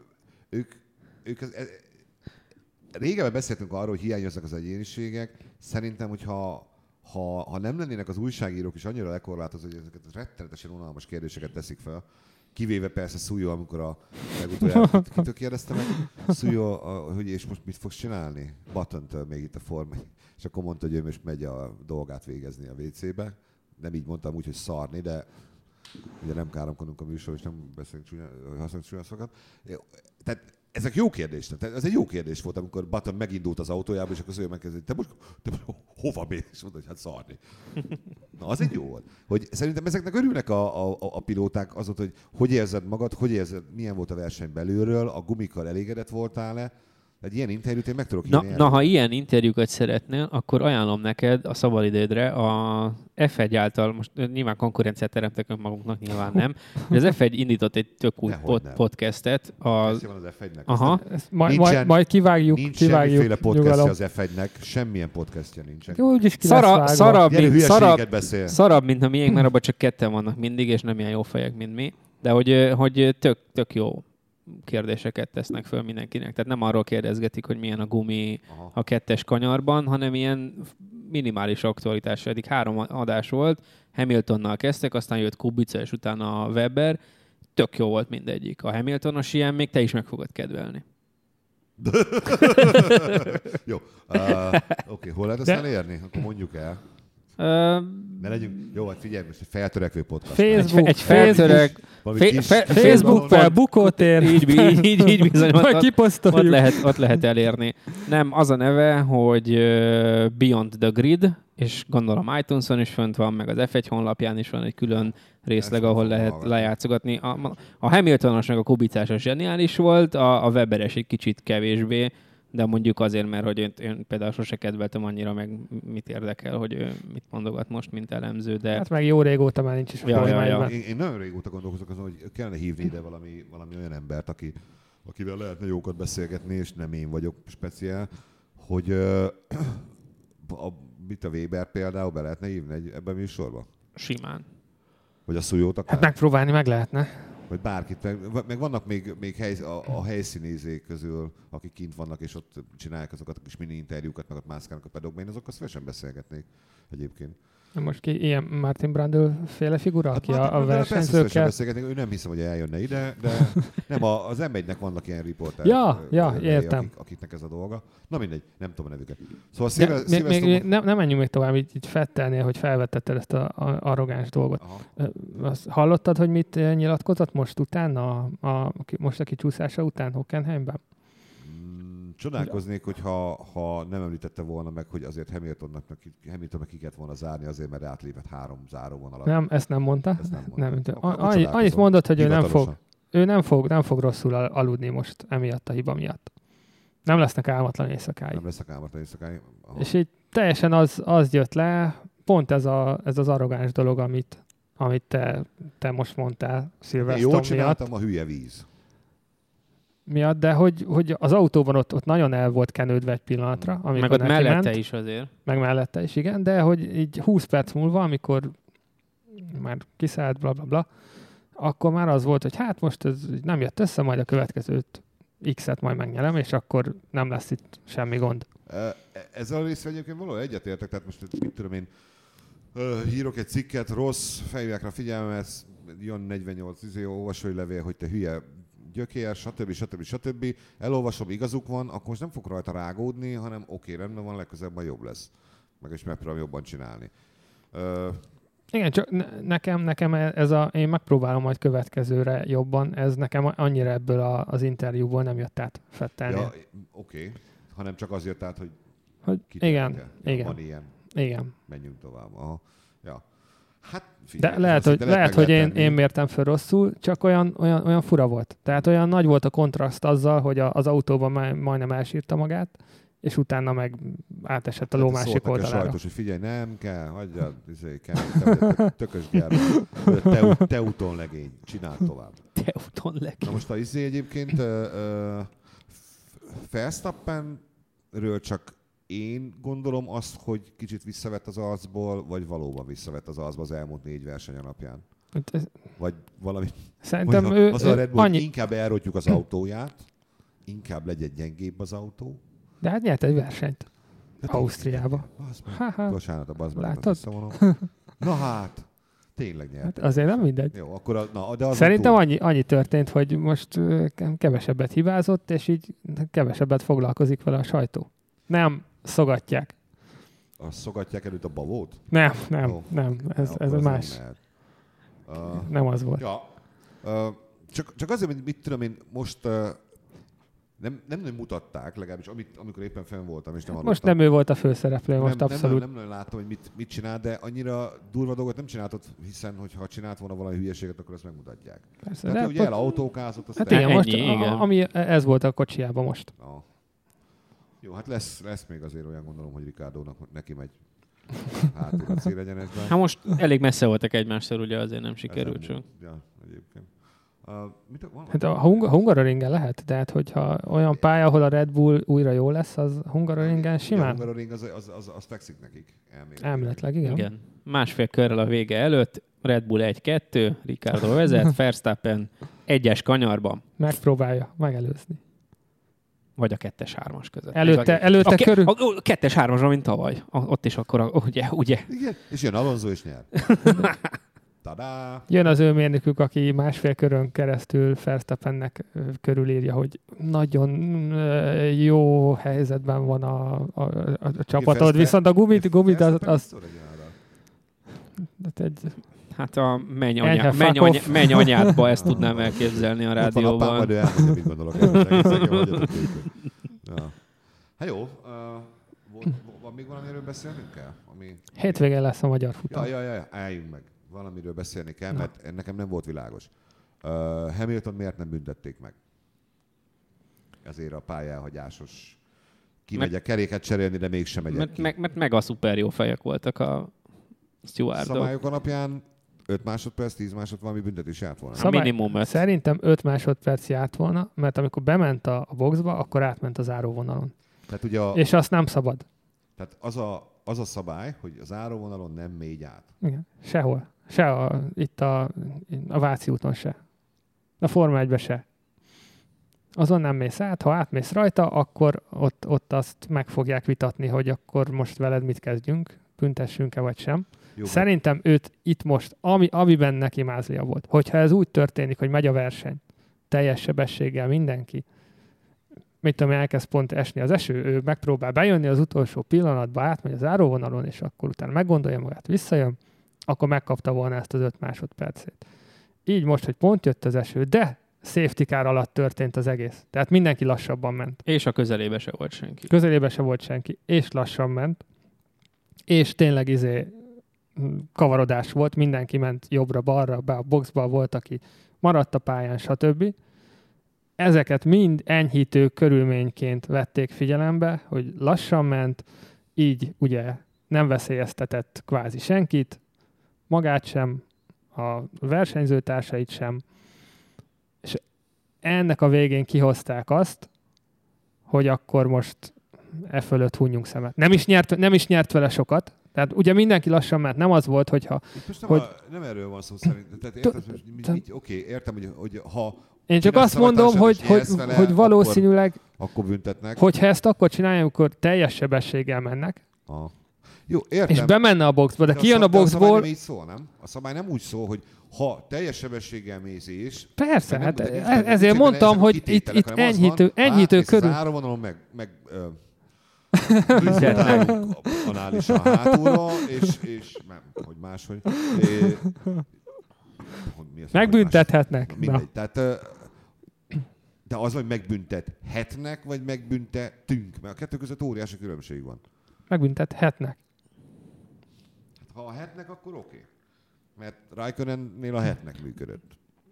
Speaker 1: ők, ők az, e- régebben beszéltünk arról, hogy hiányoznak az egyéniségek. Szerintem, hogyha ha, ha nem lennének az újságírók is annyira lekorlátozva, hogy ezeket a rettenetesen unalmas kérdéseket teszik fel, kivéve persze Szújó, amikor a legutoljára kitől kérdezte meg, Szújó, a, hogy és most mit fogsz csinálni? Button-től még itt a forma. És akkor mondta, hogy ő most megy a dolgát végezni a WC-be. Nem így mondtam úgy, hogy szarni, de ugye nem káromkodunk a műsor, és nem beszélünk csúnya, használunk csúnya szavakat. Tehát ezek jó kérdés. Tehát ez egy jó kérdés volt, amikor Button megindult az autójába, és akkor ő megkezdte, te most, te most hova mész? És mondta, hogy hát szarni. Na, az egy jó volt. Hogy szerintem ezeknek örülnek a, a, a a pilóták azot, hogy hogy érzed magad, hogy érzed, milyen volt a verseny belülről, a gumikkal elégedett voltál-e. Egy ilyen interjút én meg tudok
Speaker 3: Na,
Speaker 1: írni
Speaker 3: na,
Speaker 1: erről.
Speaker 3: ha ilyen interjúkat szeretnél, akkor ajánlom neked a szabadidődre a F1 által, most nyilván konkurenciát teremtek önmagunknak, nyilván nem, de az F1 indított egy tök új
Speaker 1: Dehogy
Speaker 3: pod-
Speaker 1: nem.
Speaker 3: podcastet. Az,
Speaker 1: Podcastja van az F1-nek.
Speaker 3: aha,
Speaker 2: Ezt majd,
Speaker 1: Nincsen-
Speaker 2: majd, majd kivágjuk,
Speaker 1: Nincs semmiféle
Speaker 2: kivágjuk,
Speaker 1: podcastja
Speaker 2: nyugalom.
Speaker 1: az F1-nek, semmilyen podcastja nincsen.
Speaker 2: Jó, úgyis ki lesz
Speaker 3: Szara,
Speaker 2: vágva.
Speaker 3: szarabb,
Speaker 1: Gyere,
Speaker 3: mint, szarabb,
Speaker 1: hülyeséget beszél.
Speaker 3: szarabb, mint a miénk, mert abban csak ketten vannak mindig, és nem ilyen jó fejek, mint mi. De hogy, ö, hogy ö, tök, tök jó kérdéseket tesznek föl mindenkinek. Tehát nem arról kérdezgetik, hogy milyen a gumi
Speaker 1: Aha.
Speaker 3: a kettes kanyarban, hanem ilyen minimális aktualitás. Eddig három adás volt, Hamiltonnal kezdtek, aztán jött Kubica, és utána a Weber. Tök jó volt mindegyik. A Hamiltonos ilyen még te is meg fogod kedvelni.
Speaker 2: [laughs]
Speaker 1: Jó. Uh, Oké, okay, hol lehet ezt
Speaker 2: De-
Speaker 1: elérni? Akkor mondjuk el.
Speaker 3: Ö,
Speaker 1: Ne legyünk. Jó, hát figyelj, most egy feltörekvő podcast.
Speaker 2: Facebook,
Speaker 3: egy feltörek,
Speaker 1: Valami
Speaker 3: fe,
Speaker 1: kis-
Speaker 3: fe,
Speaker 1: kis
Speaker 3: Facebook
Speaker 1: oldalon.
Speaker 2: Facebook, bukótér.
Speaker 3: Így, így, így, így bizony,
Speaker 2: [laughs]
Speaker 3: ott-
Speaker 2: Majd
Speaker 3: ott- Ott
Speaker 2: kiposztoljuk.
Speaker 3: lehet, ott lehet elérni. Nem, az a neve, hogy ö, Beyond the Grid, és gondolom iTunes-on is fönt van, meg az F1 honlapján is van egy külön részleg,
Speaker 1: Ezt
Speaker 3: ahol
Speaker 1: nem fogom
Speaker 3: lehet
Speaker 1: hallgatni.
Speaker 3: lejátszogatni. A, a Hamiltonosnak a kubicása zseniális volt, a, a Weberes egy kicsit kevésbé, de mondjuk azért, mert hogy én, én például sose kedveltem annyira, meg mit érdekel, hogy ő mit mondogat most, mint elemző, de...
Speaker 2: Hát meg jó régóta már nincs is
Speaker 3: Ja, ja, ja.
Speaker 2: formájban.
Speaker 1: Én, én nagyon régóta gondolkozok azon, hogy kellene hívni ide valami, valami olyan embert, aki, akivel lehetne jókat beszélgetni, és nem én vagyok speciál, hogy uh, a, mit [clears throat] a Weber például be lehetne hívni egy, ebben a műsorba?
Speaker 3: simán.
Speaker 1: Vagy a szújót akár?
Speaker 2: Hát megpróbálni meg lehetne.
Speaker 1: Vagy bárkit, meg, meg vannak még, még hely, a, a helyszínézék közül, akik kint vannak, és ott csinálják azokat a kis mini interjúkat, meg ott mászkálnak a pedokban, én azokkal szívesen beszélgetnék egyébként.
Speaker 2: Most ki ilyen Martin Brandl féle figura, aki
Speaker 1: Hát Martin
Speaker 2: a, a
Speaker 1: Brundle-el persze
Speaker 2: versenyzőkkel.
Speaker 1: beszélgetnék, ő nem hiszem, hogy eljönne ide, de nem, a, az m nek vannak ilyen riporterek.
Speaker 2: Ja,
Speaker 1: ö,
Speaker 2: ja,
Speaker 1: emberei,
Speaker 2: értem.
Speaker 1: Akik, akiknek ez a dolga. Na mindegy, nem tudom a nevüket. Szóval
Speaker 2: De
Speaker 1: Szilve-
Speaker 2: még, még, még,
Speaker 1: Szilveszter...
Speaker 2: nem, nem menjünk még tovább, így, így Fettelnél, hogy felvetetted ezt a, a arrogáns dolgot.
Speaker 1: Aha.
Speaker 2: Ö, Azt hallottad, hogy mit ö, nyilatkozott most utána, a, a, most a kicsúszása után Hockenheimben?
Speaker 1: Mm, Csodálkoznék, hogy ha, ha nem említette volna meg, hogy azért Hamiltonnak, Hamiltonnak ki kellett volna zárni azért, mert átlépett három záróvonalat.
Speaker 2: Nem, ezt nem mondta.
Speaker 1: Ezt nem mondta.
Speaker 2: Nem,
Speaker 1: Akkor-
Speaker 2: a-
Speaker 1: akkor
Speaker 2: annyi,
Speaker 1: csodálkozom.
Speaker 2: annyit mondott, hogy ő nem fog,
Speaker 1: Hivatalosan.
Speaker 2: ő nem fog, nem fog rosszul al- aludni most emiatt a hiba miatt. Nem lesznek álmatlan éjszakái.
Speaker 1: Nem lesz a kámert, éjszakáig. Aha.
Speaker 2: És így teljesen az, az jött le, pont ez, a, ez az arrogáns dolog, amit, amit te, te most mondtál
Speaker 1: Én jól
Speaker 2: Szilveszton miatt,
Speaker 1: csináltam, a hülye víz.
Speaker 2: miatt, de hogy, hogy az autóban ott, ott nagyon el volt kenődve egy pillanatra, amikor
Speaker 3: Meg ott
Speaker 2: neki
Speaker 3: mellette
Speaker 2: ment,
Speaker 3: is azért.
Speaker 2: meg mellette is, igen, de hogy így 20 perc múlva, amikor már kiszállt, bla bla bla, akkor már az volt, hogy hát most ez így nem jött össze, majd a következőt X-et majd megnyerem, és akkor nem lesz itt semmi gond.
Speaker 1: E- Ezzel a részvel egyébként valahol egyetértek, tehát most mit tudom én, ö, írok egy cikket, rossz fejvilágra figyelmet, jön 48 izé, olvasói levél, hogy te hülye gyökér, stb. stb. stb. Elolvasom, igazuk van, akkor most nem fog rajta rágódni, hanem oké, rendben van, legközelebb majd jobb lesz. Meg is megpróbálom jobban csinálni. Ö,
Speaker 2: Igen, csak ne- nekem, nekem ez a, én megpróbálom majd következőre jobban, ez nekem annyira ebből a, az interjúból nem jött át fettelni.
Speaker 1: ja,
Speaker 2: Ja,
Speaker 1: oké, hanem csak azért, tehát, hogy
Speaker 2: hogy
Speaker 1: kit
Speaker 2: igen,
Speaker 1: érdekel. Ja,
Speaker 2: igen,
Speaker 1: Van ilyen,
Speaker 2: igen.
Speaker 1: menjünk tovább. Aha. Ja. Hát, figyelj,
Speaker 2: De
Speaker 1: ez
Speaker 2: lehet,
Speaker 1: azt
Speaker 2: hogy,
Speaker 1: itt meg
Speaker 2: lehet, hogy én,
Speaker 1: tenni.
Speaker 2: én mértem föl rosszul, csak olyan, olyan, olyan fura volt. Tehát olyan nagy volt a kontraszt azzal, hogy a, az autóban már, majdnem elsírta magát, és utána meg átesett a ló
Speaker 1: Hát
Speaker 2: másik
Speaker 1: szóltak A
Speaker 2: oldalára.
Speaker 1: sajtos, hogy figyelj, nem kell, hagyjad, izé, kell, te vagy a tök- tökös gyermek, Te- te, teuton legény, csináld tovább.
Speaker 3: Te úton leg.
Speaker 1: Na most a izé egyébként ö, ö, F- Verstappenről csak én gondolom azt, hogy kicsit visszavett az arcból, vagy valóban visszavett az arcból az elmúlt négy verseny alapján.
Speaker 2: Hát ez-
Speaker 1: Vagy valami.
Speaker 2: Szerintem
Speaker 1: vagy
Speaker 2: ő,
Speaker 1: az a
Speaker 2: ő
Speaker 1: Red Bull,
Speaker 2: annyi,
Speaker 1: inkább elrotjuk az autóját, inkább legyen gyengébb az autó. Hát
Speaker 2: de hát nyert egy versenyt Ausztriába.
Speaker 1: Az meg.
Speaker 2: Ha-ha.
Speaker 1: Bocsánat, a bazd meg,
Speaker 2: Látod?
Speaker 1: azt visszavonom. Na hát, tényleg nyert.
Speaker 2: Hát azért nem mindegy.
Speaker 1: Jó, akkor a, na, de az
Speaker 2: Szerintem
Speaker 1: túl.
Speaker 2: annyi, annyi történt, hogy most ö, ke- kevesebbet hibázott, és így kevesebbet foglalkozik vele a sajtó. Nem, szogatják.
Speaker 1: Azt szogatják előtt a bavót?
Speaker 2: Nem, nem,
Speaker 1: Ó,
Speaker 2: nem, ez,
Speaker 1: Na,
Speaker 2: ez
Speaker 1: akkor az
Speaker 2: más.
Speaker 1: nem lehet. Uh,
Speaker 2: Nem az volt.
Speaker 1: ja. Uh, csak, csak azért, hogy mit tudom én, most uh, nem, nem nagyon mutatták, legalábbis amit, amikor éppen fenn voltam, és nem
Speaker 2: Most
Speaker 1: hallottam.
Speaker 2: nem ő volt a főszereplő, most
Speaker 1: nem,
Speaker 2: abszolút.
Speaker 1: Nem, nem, nem láttam, hogy mit, mit csinál, de annyira durva dolgot nem csináltott, hiszen hogyha csinált volna valami hülyeséget, akkor azt megmutatják.
Speaker 2: Persze,
Speaker 1: Tehát ő
Speaker 2: de
Speaker 1: Hát ugye
Speaker 2: ott-
Speaker 1: elautókázott, azt
Speaker 2: Hát
Speaker 1: el-
Speaker 2: igen, most
Speaker 3: Ennyi,
Speaker 2: a-
Speaker 3: igen.
Speaker 2: ami ez volt a kocsiába most.
Speaker 1: Na. Jó, hát lesz, lesz még azért olyan gondolom, hogy Ricardo-nak neki megy hátul a célegyenesben.
Speaker 3: Hát most elég messze voltak egymástól, ugye azért nem sikerült
Speaker 1: Ezen-
Speaker 3: csak.
Speaker 1: Ja, egyébként. Uh, mit, van?
Speaker 2: Hát a hung- Hungaroringen lehet, tehát hogyha olyan pálya, ahol a Red Bull újra jó lesz, az Hungaroringen
Speaker 1: Ja,
Speaker 2: simán.
Speaker 1: Hungaroring az, az, az, az fekszik nekik. Elméletileg.
Speaker 2: Elméletileg, igen.
Speaker 3: Igen. Másfél körrel a vége előtt, Red Bull 1-2, Ricardo
Speaker 2: [laughs]
Speaker 3: vezet, Verstappen egyes kanyarban,
Speaker 2: Megpróbálja megelőzni.
Speaker 3: vagy a kettes-hármas között.
Speaker 2: Előtte,
Speaker 3: a,
Speaker 2: előtte
Speaker 3: ke-
Speaker 2: körül...
Speaker 3: a, a kettes-hármasra, mint tavaly. A, ott is akkor, a, ugye, ugye.
Speaker 1: Igen, és jön Alonso és
Speaker 2: [laughs]
Speaker 1: nyer. Tadá!
Speaker 2: Jön az ő mérnökük, aki másfél körön keresztül Verstappennek ö, körülírja, hogy nagyon ö, jó helyzetben van a, a, a, a csapatod,
Speaker 1: Verstappen-
Speaker 2: viszont a gumit, gumit az,
Speaker 1: Ezt
Speaker 2: az,
Speaker 1: szor egy arra.
Speaker 2: az egy,
Speaker 3: Hát a menj,
Speaker 2: Enyhe
Speaker 3: anya,
Speaker 2: fuck
Speaker 3: menj,
Speaker 2: off.
Speaker 3: anya, menj anyádba, ezt tudnám elképzelni a
Speaker 1: Ott van apám,
Speaker 3: rádióban.
Speaker 1: majd ő elmondja, mit gondolok. erről az egészről, hogy adott tőkön. Ja. Hát jó, uh, volt- van még valami, amiről beszélnünk kell? Ami,
Speaker 2: hétvégén lesz a magyar
Speaker 1: Ja,
Speaker 2: futam.
Speaker 1: ja, ja, ja, álljunk meg. Valamiről beszélni kell,
Speaker 2: Na.
Speaker 1: mert nekem nem volt világos. Uh, Hamilton miért nem büntették meg? Ezért a pályáhagyásos kimegyek keréket cserélni, de mégsem megyek
Speaker 3: Mert,
Speaker 1: ki.
Speaker 3: meg, mert meg a szuper jó fejek voltak a stewardok.
Speaker 1: Szabályok alapján 5 másodperc, 10 másodperc valami büntetés járt volna.
Speaker 3: Szab- minimum öt.
Speaker 2: Szerintem 5 másodperc járt volna, mert amikor bement a, a boxba, akkor átment az áróvonalon.
Speaker 1: tehát ugye a,
Speaker 2: És azt nem szabad.
Speaker 1: tehát az, a, az a szabály, hogy az áróvonalon nem mégy át.
Speaker 2: Igen. Sehol. Se a, itt a, a Váci úton se. A Forma 1 se. Azon nem mész át, ha átmész rajta, akkor ott, ott azt meg fogják vitatni, hogy akkor most veled mit kezdjünk, büntessünk-e vagy sem.
Speaker 1: Jó,
Speaker 2: Szerintem őt itt most, ami, amiben neki mázlia volt, hogyha ez úgy történik, hogy megy a verseny, teljes sebességgel mindenki, mit tudom, elkezd pont esni az eső, ő megpróbál bejönni az utolsó pillanatba, átmegy az áróvonalon, és akkor utána meggondolja magát, visszajön, akkor megkapta volna ezt az öt másodpercét. Így most, hogy pont jött az eső, de safety car alatt történt az egész. Tehát mindenki lassabban ment.
Speaker 3: És a közelébe se volt senki.
Speaker 2: Közelében se volt senki, és lassan ment, és tényleg izé mm, kavarodás volt, mindenki ment jobbra-balra, be a boxba volt, aki maradt a pályán, stb. Ezeket mind enyhítő körülményként vették figyelembe, hogy lassan ment, így ugye nem veszélyeztetett kvázi senkit, magát sem, a versenyzőtársait sem, és ennek a végén kihozták azt, hogy akkor most e fölött hunyunk szemet. Nem is nyert, nem is nyert vele sokat, tehát ugye mindenki lassan ment, nem az volt, hogyha
Speaker 1: Itt most nem,
Speaker 2: hogy-
Speaker 1: hogy... a, nem erről van szó szerintem. Tehát érted, hogy mit- mit- oké, értem, hogy, hogy ha
Speaker 2: én csak
Speaker 1: Kilenc
Speaker 2: azt mondom,
Speaker 1: szavazásod
Speaker 2: hogy,
Speaker 1: is
Speaker 2: hogy,
Speaker 1: nyersz vele,
Speaker 2: hogy valószínűleg,
Speaker 1: akkor büntetnek.
Speaker 2: hogyha ezt akkor csinálják, amikor teljes sebességgel mennek,
Speaker 1: Aha. Jó, értem.
Speaker 2: és bemenne a boxba, de
Speaker 1: a
Speaker 2: kijön a
Speaker 1: szab- de A szabály
Speaker 2: boxból,
Speaker 1: nem így szól, nem? A szabály nem úgy szól, hogy ha teljes sebességgel mész és...
Speaker 2: persze,
Speaker 1: Nem,
Speaker 2: hát
Speaker 1: de nincs
Speaker 2: e-
Speaker 1: benne-
Speaker 2: ezért
Speaker 1: nincs benne
Speaker 2: mondtam,
Speaker 1: ezen
Speaker 2: hogy itt,
Speaker 1: kitételek,
Speaker 2: itt
Speaker 1: hanem az
Speaker 2: enyhítő,
Speaker 1: van,
Speaker 2: enyhítő
Speaker 1: átmész az
Speaker 2: körül.
Speaker 1: áravonalon meg, meg ö, bűzölnálunk análisan hátulra, és, és nem, hogy máshogy. É, hogy mi az,
Speaker 2: Megbüntethetnek.
Speaker 1: Na,
Speaker 2: Na,
Speaker 1: Mindegy. Tehát, ö, de az, hogy megbüntethetnek, vagy megbüntetünk, mert a kettő között óriási különbség van. Hát,
Speaker 2: megbüntethetnek.
Speaker 1: Ha a hetnek, akkor oké. Okay. Mert Raikkonennél a hetnek működött.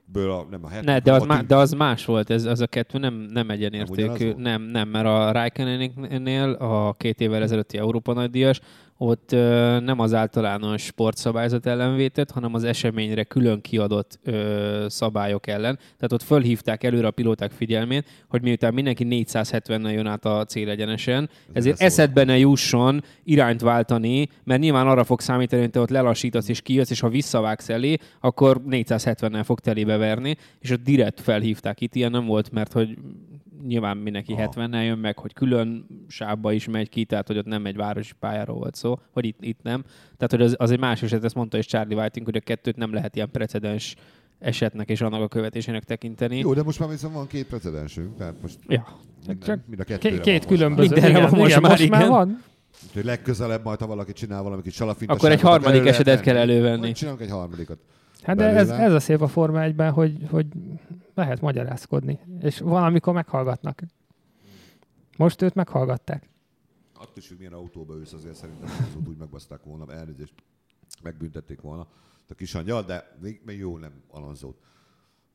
Speaker 1: Ből a, nem a hetnek,
Speaker 3: Ne, de az,
Speaker 1: hanem a
Speaker 3: má,
Speaker 1: tünk-
Speaker 3: de az más volt, ez, az a kettő nem, nem
Speaker 1: ugyanaz
Speaker 3: egyenértékű.
Speaker 1: volt?
Speaker 3: Nem, nem, mert a Raikkonennél a két évvel ezelőtti Európa nagydíjas, ott ö, nem az általános sportszabályzat ellen vétett, hanem az eseményre külön kiadott ö, szabályok ellen. Tehát ott fölhívták előre a pilóták figyelmét, hogy miután mindenki 470-nel jön át a célegyenesen, ezért
Speaker 1: beleszól.
Speaker 3: eszedbe ne jusson irányt váltani, mert nyilván arra fog számítani, hogy te ott lelassítasz és kijössz, és ha visszavágsz elé, akkor 470-nel fog telébe verni, és ott direkt felhívták. Itt ilyen nem volt, mert hogy nyilván mindenki
Speaker 1: Aha.
Speaker 3: 70-nel jön meg, hogy külön sávba is megy ki, tehát hogy ott nem egy városi pályáról volt szó, hogy itt, itt nem. Tehát hogy az, az egy más eset, ezt mondta is Charlie Whiting, hogy a kettőt nem lehet ilyen precedens esetnek és annak a követésének tekinteni.
Speaker 1: Jó, de most már viszont van két precedensünk, tehát most
Speaker 3: Ja.
Speaker 1: minden,
Speaker 2: csak
Speaker 1: mind a kettőre
Speaker 2: Két,
Speaker 1: van
Speaker 2: két
Speaker 1: most
Speaker 2: különböző.
Speaker 3: Mindenre
Speaker 2: Igen,
Speaker 3: van most
Speaker 2: igen,
Speaker 3: már,
Speaker 2: most már
Speaker 3: igen.
Speaker 2: van.
Speaker 1: már. Úgyhogy legközelebb majd, ha valaki csinál valami kis salafintaságot,
Speaker 3: Akkor egy harmadik
Speaker 1: belőle
Speaker 3: esetet kell
Speaker 1: lehet venni.
Speaker 3: elővenni.
Speaker 1: Majd Csinálunk egy harmadikat.
Speaker 2: Hát de ez,
Speaker 1: belőle.
Speaker 2: ez a szép a Forma 1 hogy, hogy lehet magyarázkodni, és valamikor meghallgatnak. Most őt meghallgatták.
Speaker 1: Attól is, hogy milyen autóba ősz, azért szerintem az úgy megbaszták volna, elnézést megbüntették volna a kisangyal, de még, még jó nem Alonzót,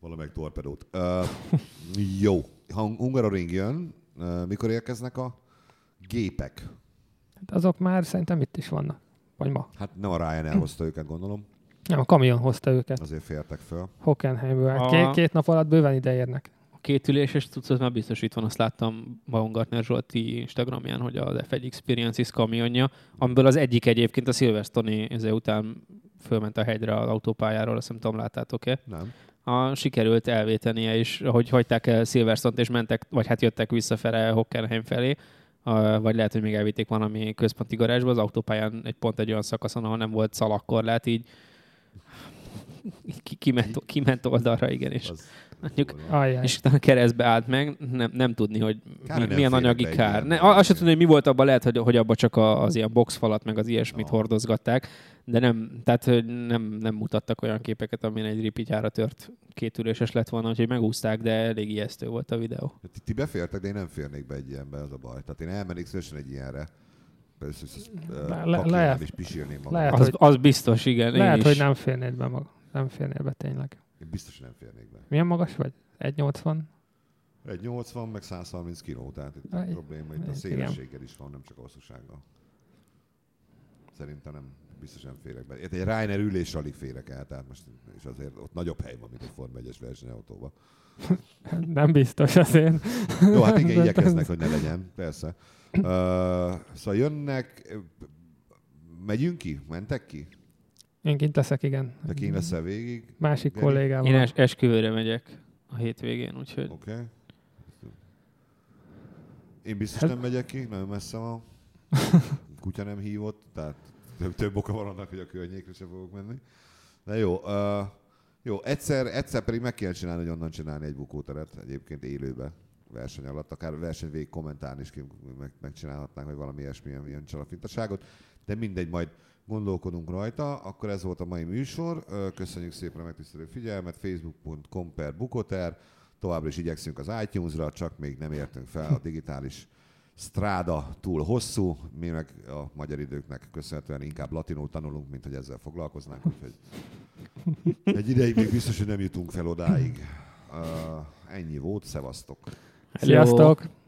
Speaker 1: valamelyik torpedót. Uh, [laughs] jó, ha Hungaroring jön, uh, mikor érkeznek a gépek?
Speaker 2: Hát azok már szerintem itt is vannak. Vagy ma.
Speaker 1: Hát nem a Ryan elhozta őket, gondolom,
Speaker 2: Nem, a kamion hozta őket.
Speaker 1: azért fértek föl.
Speaker 2: Hockenheimből. Hát
Speaker 3: A-
Speaker 2: két, két nap alatt bőven ide érnek.
Speaker 3: A két üléses cuccot már biztos itt van, azt láttam Baumgartner Zsolti Instagramján, hogy az F1 Experiences kamionja, amiből az egyik egyébként a Silverstone ezzel után fölment a hegyre az autópályáról, azt nem tudom, láttátok-e?
Speaker 1: Nem.
Speaker 3: A, sikerült elvétenie, és ahogy hagyták el Silverstone-t, és mentek, vagy hát jöttek visszafele Hockenheim felé, a, vagy lehet, hogy még elvitték valami központi garázsba, az autópályán egy pont egy olyan szakaszon, ahol nem volt szalakkorlát, így ki, kiment, kiment oldalra, igen, és
Speaker 1: Az
Speaker 3: mondjuk
Speaker 2: Ajjaj.
Speaker 3: és utána keresztbe állt meg, nem, nem tudni, hogy
Speaker 1: Kár,
Speaker 3: mi,
Speaker 1: hogy nem
Speaker 3: milyen
Speaker 1: fér
Speaker 3: anyagi
Speaker 1: be egy
Speaker 3: kár.
Speaker 1: ilyen
Speaker 3: Ne, azt sem
Speaker 1: dolog.
Speaker 3: tudni, hogy mi volt abban, lehet, hogy, hogy abban csak a, az ilyen boxfalat, meg az ilyesmit
Speaker 1: Aha.
Speaker 3: hordozgatták, de nem, tehát hogy nem, nem mutattak olyan képeket, amin egy ripityára tört kétüléses lett volna, úgyhogy megúzták, de elég ijesztő volt a videó.
Speaker 1: Hát Ti, ti befértek, de én nem férnék be egy ilyenbe, az a baj. Tehát én elmennék szívesen egy ilyenre. Persze, hogy le,
Speaker 2: Le- le- lehet-
Speaker 1: és pisilném magam.
Speaker 2: lehet,
Speaker 3: Az,
Speaker 2: hogy-
Speaker 3: az biztos, igen. én
Speaker 2: Lehet,
Speaker 3: is.
Speaker 2: hogy nem férnéd be maga. Nem férnél be tényleg.
Speaker 1: Én biztos nem férnék be.
Speaker 2: Milyen magas vagy? 1,80?
Speaker 1: Egy 80, meg 130 kiló, tehát itt
Speaker 2: Aj,
Speaker 1: a probléma itt a
Speaker 2: igen.
Speaker 1: szélességgel is van, nem csak a hosszúsággal. Szerintem nem, biztos nem férek be. Itt egy Reiner ülésre alig férek el, tehát most, és azért ott nagyobb hely van, mint egy Form 1-es versenyautóban.
Speaker 2: [laughs] Nem biztos azért.
Speaker 1: Jó, hát [laughs] igen, igyekeznek, hogy ne legyen, persze. Uh, szóval jönnek, ö, megyünk ki? Mentek ki?
Speaker 2: Én kint teszek, igen.
Speaker 1: Te kín leszel végig?
Speaker 2: Másik
Speaker 1: Geri?
Speaker 2: kollégával.
Speaker 3: Én es, esküvőre megyek a hétvégén, úgyhogy
Speaker 1: Oké. Okay. Én biztos
Speaker 2: Hát-
Speaker 1: nem megyek ki, nagyon messze van. Kutya nem hívott, tehát több, több oka van annak, hogy a környékre sem fogok menni. Na jó, uh, jó egyszer, egyszer pedig meg kell csinálni, hogy onnan csinálni egy bukóteret egyébként élőbe verseny alatt, akár verseny végig kommentálni is ki- meg, megcsinálhatnánk, vagy valami ilyesmilyen ilyen csalafintaságot, de mindegy, majd gondolkodunk rajta. Akkor ez volt a mai műsor. Ö, Köszönjük szépen a megtisztelő figyelmet. Facebook.com per Bukoter. Továbbra is igyekszünk az iTunes-ra, csak még nem értünk fel a digitális stráda túl hosszú, mi meg a magyar időknek köszönhetően inkább latinul tanulunk, mint hogy ezzel foglalkoznánk, úgyhogy egy ideig még biztos, hogy nem jutunk fel odáig. Uh, ennyi volt, szevasztok!
Speaker 3: Hello.
Speaker 2: Sziasztok!